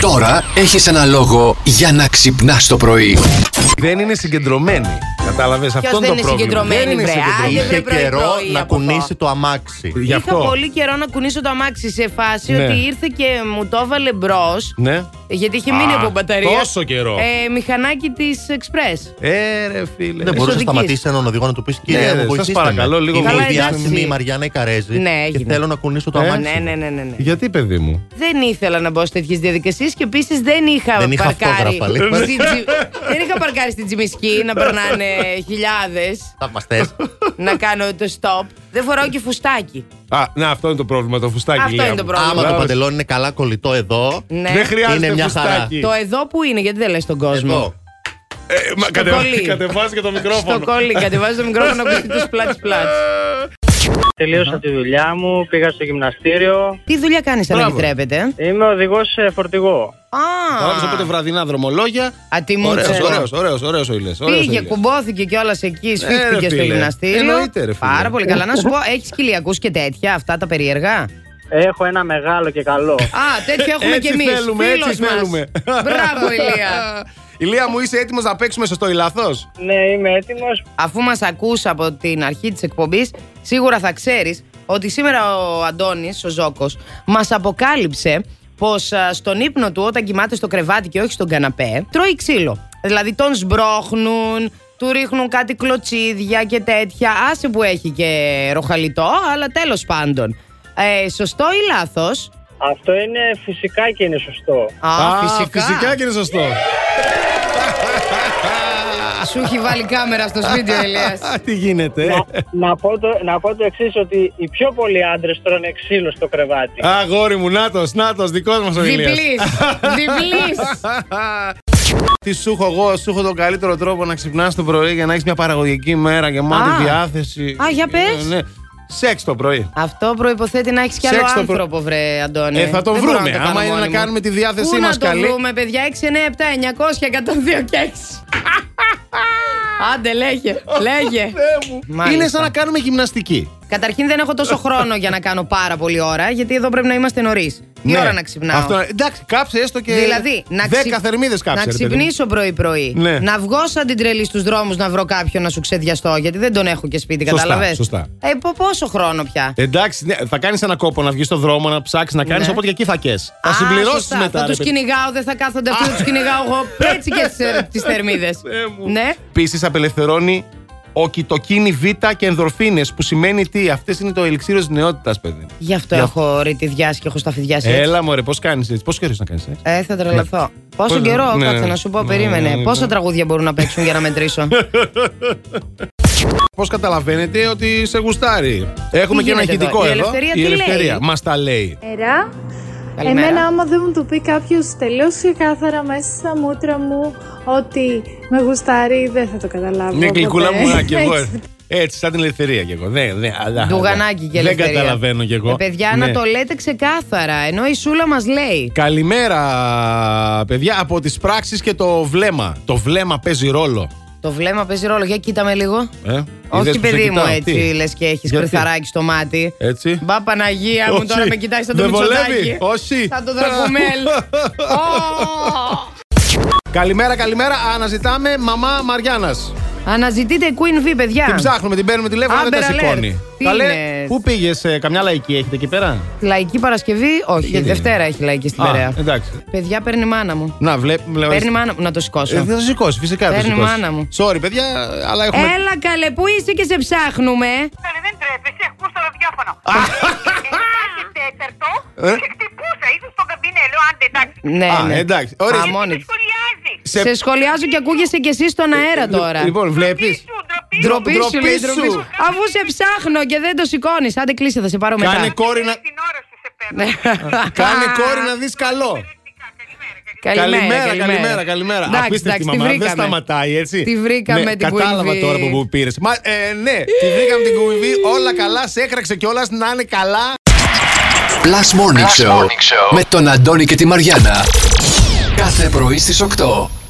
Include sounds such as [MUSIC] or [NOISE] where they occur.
Τώρα έχεις ένα λόγο για να ξυπνάς το πρωί. Δεν είναι συγκεντρωμένη. Κατάλαβες αυτό Ποιος είναι δεν το είναι πρόβλημα. συγκεντρωμένη, βρε, άντε, βρε. Είχε πρωί, καιρό πρωί να από εδώ. κουνήσει το αμάξι. Γι' Είχα αυτό. πολύ καιρό να κουνήσω το αμάξι σε φάση Ναι. ότι ήρθε και μου το έβαλε μπρος. Ναι. Γιατί είχε μείνει Α, από μπαταρία. τόσο καιρό. Ε, μηχανάκι της Express. Ε, ρε φίλε. Δεν μπορούσες να δικής. σταματήσεις έναν οδηγό να του πεις: Ναι, Κύριε, ρε, μου σας βοηθήστε. παρακαλώ, λίγο Είμαι βοήθεια. η διάσημη Εντάξει. η Μαριάννα Ικαρέζη. Ναι, και έγινε. θέλω να κουνήσω το Ε, αμάξι. Ναι, ναι, ναι, ναι. ναι. Γιατί, παιδί μου. Δεν ήθελα να μπω σε τέτοιες διαδικασίες και επίσης δεν είχα Δεν είχα παρκάρει. αυτόγραφα, λέει. στην Τζι- δεν είχα παρκάρει στην Τζιμισκή να περνάνε χιλιάδες [LAUGHS] Θαυμαστές. να κάνω το stop. Δεν φοράω και φουστάκι. Α, να, αυτό είναι το πρόβλημα, το φουστάκι. Αυτό λέγαμε. είναι το πρόβλημα. Άμα Μπράβο. το παντελόνι είναι καλά κολλητό εδώ. Ναι. Δεν χρειάζεται Είναι μια χαρά. φουστάκι. Το εδώ που είναι, γιατί δεν λες τον κόσμο. Εδώ. Ε, μα, στο κατε- κολλή. Κατεβάζει και το Στο μικρόφωνο. κόλλι, κατεβάζει το μικρόφωνο και του πλάτη πλάτη. Τελείωσα τη δουλειά μου, πήγα στο γυμναστήριο. Τι δουλειά κάνεις, αν Μπράβο. επιτρέπετε. ε? Είμαι οδηγός φορτηγό. Παράδοξα οπότε Α, βραδινά δρομολόγια. Ωραίο, ατιμούτσο. ωραίος, ωραίος, ωραίος ο Ηλίας, ωραίος ο Πήγε, Ηλίας. Ε, κουμπόθηκε κιόλας εκεί, σφίχτηκε ρε στο φίλε. γυμναστήριο. Εννοείται, ρε φίλε. Πάρα πολύ καλά. Να σου πω, έχεις κοιλιακούς και τέτοια, αυτά τα περίεργα. Έχω ένα μεγάλο και καλό. Α, τέτοια έχουμε Ε, Έτσι κι εμείς. θέλουμε, έτσι θέλουμε. Μπράβο, [LAUGHS] Ηλία. Ηλία μου, είσαι έτοιμος να παίξουμε σωστό ή λάθο. ναι, είμαι έτοιμος. Αφού μας ακούσει από την αρχή της εκπομπής, σίγουρα θα ξέρεις ότι σήμερα ο Αντώνης, ο Ζόκο, μας αποκάλυψε πως στον ύπνο του, όταν κοιμάται στο κρεβάτι και όχι στον καναπέ, τρώει ξύλο. Δηλαδή τον σμπρώχνουν, του ρίχνουν κάτι κλωτσίδια και τέτοια. Άσε που έχει και ροχαλιτό, αλλά τέλος πάντων. Ε, σωστό ή λάθος. Αυτό είναι φυσικά και είναι σωστό. φυσικά και είναι σωστό. Σου έχει βάλει κάμερα στο σπίτι ο Ηλίας. Α, τι γίνεται. ε? να, πω το, να πω το εξής: Ότι οι πιο πολλοί άντρες τρώνε ξύλο στο κρεβάτι. Αγόρι μου, νάτος, νάτος, δικός μας ο Ηλίας. Διπλής. Διπλής. [LAUGHS] Τι σου έχω εγώ, σου έχω τον καλύτερο τρόπο να ξυπνάς το πρωί για να έχεις μια παραγωγική μέρα Α. γεμάτη διάθεση. Α, για πες. Ε, ναι. Σεξ το πρωί. Αυτό προϋποθέτει να έχεις κι άλλο Σεξ το προ- άνθρωπο, βρε Αντώνη. Ε, θα τον Ναι. Δεν μπορώ βρούμε. το κάνω Άμα είναι μόνη να μου. κάνουμε τη διάθεσή Πού μας να καλή. το βρούμε, παιδιά. 6, 9, 7, 900 και 102 και 6. Άντε, λέγε. Λέγε. Μάλιστα. Είναι σαν να κάνουμε γυμναστική. Καταρχήν δεν έχω τόσο χρόνο για να κάνω πάρα πολλή ώρα, γιατί εδώ πρέπει να είμαστε νωρίς. Τι Ναι. ώρα να ξυπνάω. Αυτό, εντάξει, κάψε έστω και. Δηλαδή, να, δέκα ξυπ- θερμίδες κάψε. να ρε παιδί μου. ξυπνήσω πρωί-πρωί. Ναι. Να βγω σαν την τρελή στους δρόμους να βρω κάποιον να σου ξεδιαστώ, γιατί δεν τον έχω και σπίτι, Σωστά, κατάλαβες. σωστά. Ε, πο- πόσο χρόνο πια. Εντάξει, ναι, θα κάνεις ένα κόπο να βγεις στον δρόμο, να ψάξεις, να κάνεις, Ναι. οπότε και εκεί θα κε. Θα Α, συμπληρώσεις σωστά. μετά. Θα του κυνηγάω, δεν θα κάθονται αυτοί, θα τους κυνηγάω [LAUGHS] εγώ έτσι και τις θερμίδε. Ναι. Επίσης, απελευθερώνει ο κοιτοκίνη Β και ενδορφίνες, που σημαίνει τι, αυτές είναι το ελιξίριο της νεότητας, παιδί. Γι' αυτό Για- έχω ρητιδιάσει και έχω σταφιδιάσει. έτσι. Έλα, μωρέ, πώς κάνεις έτσι, πώ καιρό να κάνεις έτσι. Ε, θα τρελαθώ. Πόσο Πώς- καιρό, ναι. κάτσε να σου πω, Ναι, ναι, περίμενε. ναι. Πόσα τραγούδια μπορούν να παίξουν για να [LAUGHS] μετρήσω. Πώς καταλαβαίνετε ότι σε γουστάρει. Έχουμε Τι και ένα γίνεται εδώ, ηχητικό η εδώ. Ελευθερία τι η ελευθερία λέει? μας τα λέει. Καλημέρα. Καλημέρα. Εμένα, άμα δεν μου το πει κάποιος τελείω ξεκάθαρα μέσα στα μούτρα μου ότι με γουστάρει, δεν θα το καταλάβω. Ναι, γλυκούλα ποτέ. μου, α, κι εγώ. [LAUGHS] Έτσι. Έτσι, σαν την ελευθερία κι εγώ. Ναι, ναι, αλλά- Ντουγανάκι και Δεν ελευθερία. καταλαβαίνω κι εγώ. Ε, παιδιά, Ναι. να το λέτε ξεκάθαρα. Ενώ η Σούλα μας λέει. Καλημέρα, παιδιά. Από τις πράξεις και το βλέμμα. Το βλέμμα παίζει ρόλο. Το βλέμμα παίζει ρόλο. Για κοίτα με λίγο. Ε, είδες Όχι, που σε παιδί μου, κοιτάω. έτσι Τι? λες και έχεις Γιατί? κρυθαράκι στο μάτι. Έτσι. Μπα Παναγία μου, τώρα Όχι. με κοιτάξεις, θα το Δεν μυτσοτάκι. βολεύει. Όχι. Θα το δρακουμέλ. [LAUGHS] Oh! Καλημέρα, καλημέρα. Αναζητάμε μαμά Μαριάννα. Αναζητείτε Queen V, παιδιά. Την ψάχνουμε, την παίρνουμε τηλέφωνο, δεν τα Amber alert. σηκώνει. Τι Καλέ, είναι? πού πήγες, καμιά λαϊκή έχετε εκεί πέρα. Λαϊκή Παρασκευή, όχι, Γιατί? Δευτέρα έχει λαϊκή στην Α, Περαία. εντάξει. Παιδιά, παίρνει η μάνα μου. Να, βλέπουμε. λέω, Παίρνει η μάνα μου. Να το ε, σηκώσω. θα το σηκώσει, φυσικά. θα το Παίρνει σηκώσει. μάνα μου. Sorry, παιδιά, αλλά έχουμε. Έλα καλέ, πού είσαι και σε ψάχνουμε. Καλέ, Ναι, δεν τρέπεσαι, ακούς το ραδιόφωνο. Έχει τέταρτο Ε. και χτυπούσα. Ήσουν στο καμπινέλο, άντε εντάξει. Ναι, Α, ναι. εντάξει. Ωραία. Α, Γιατί μόνη Με της. σχολιάζει. Σε- Ε, Σε σχολιάζω και ακούγεσαι κι εσύ στον αέρα τώρα. Λοιπόν, Ντροπή βλέπει. σου, ντροπή σου. Ντροπή σου, λέει, ντροπή ντροπή σου. σου. Αφού σε ψάχνω και δεν το σηκώνεις. Άντε κλείσε, θα σε πάρω μετά. Ναι. Κάνε κόρη να, Την ώρα σου σε παίρνω. κάνε κόρη να δεις καλό. Περιεκτικά, καλημέρα, Καλημέρα, καλημέρα. καλημέρα, καλημέρα. Εντάξει, Απίστευτη εντάξει, τη μαμά, δεν βρήκαμε. σταματάει έτσι. Ναι, Τη βρήκαμε την Κατάλαβα κουβί. τώρα από που πήρες. Μα ε, ναι, τη βρήκαμε την κουβί, όλα καλά, σε έκραξε κιόλας να είναι καλά. Plus Morning, Show, με τον Αντώνη και τη Μαριάνα. Κάθε πρωί στις 8.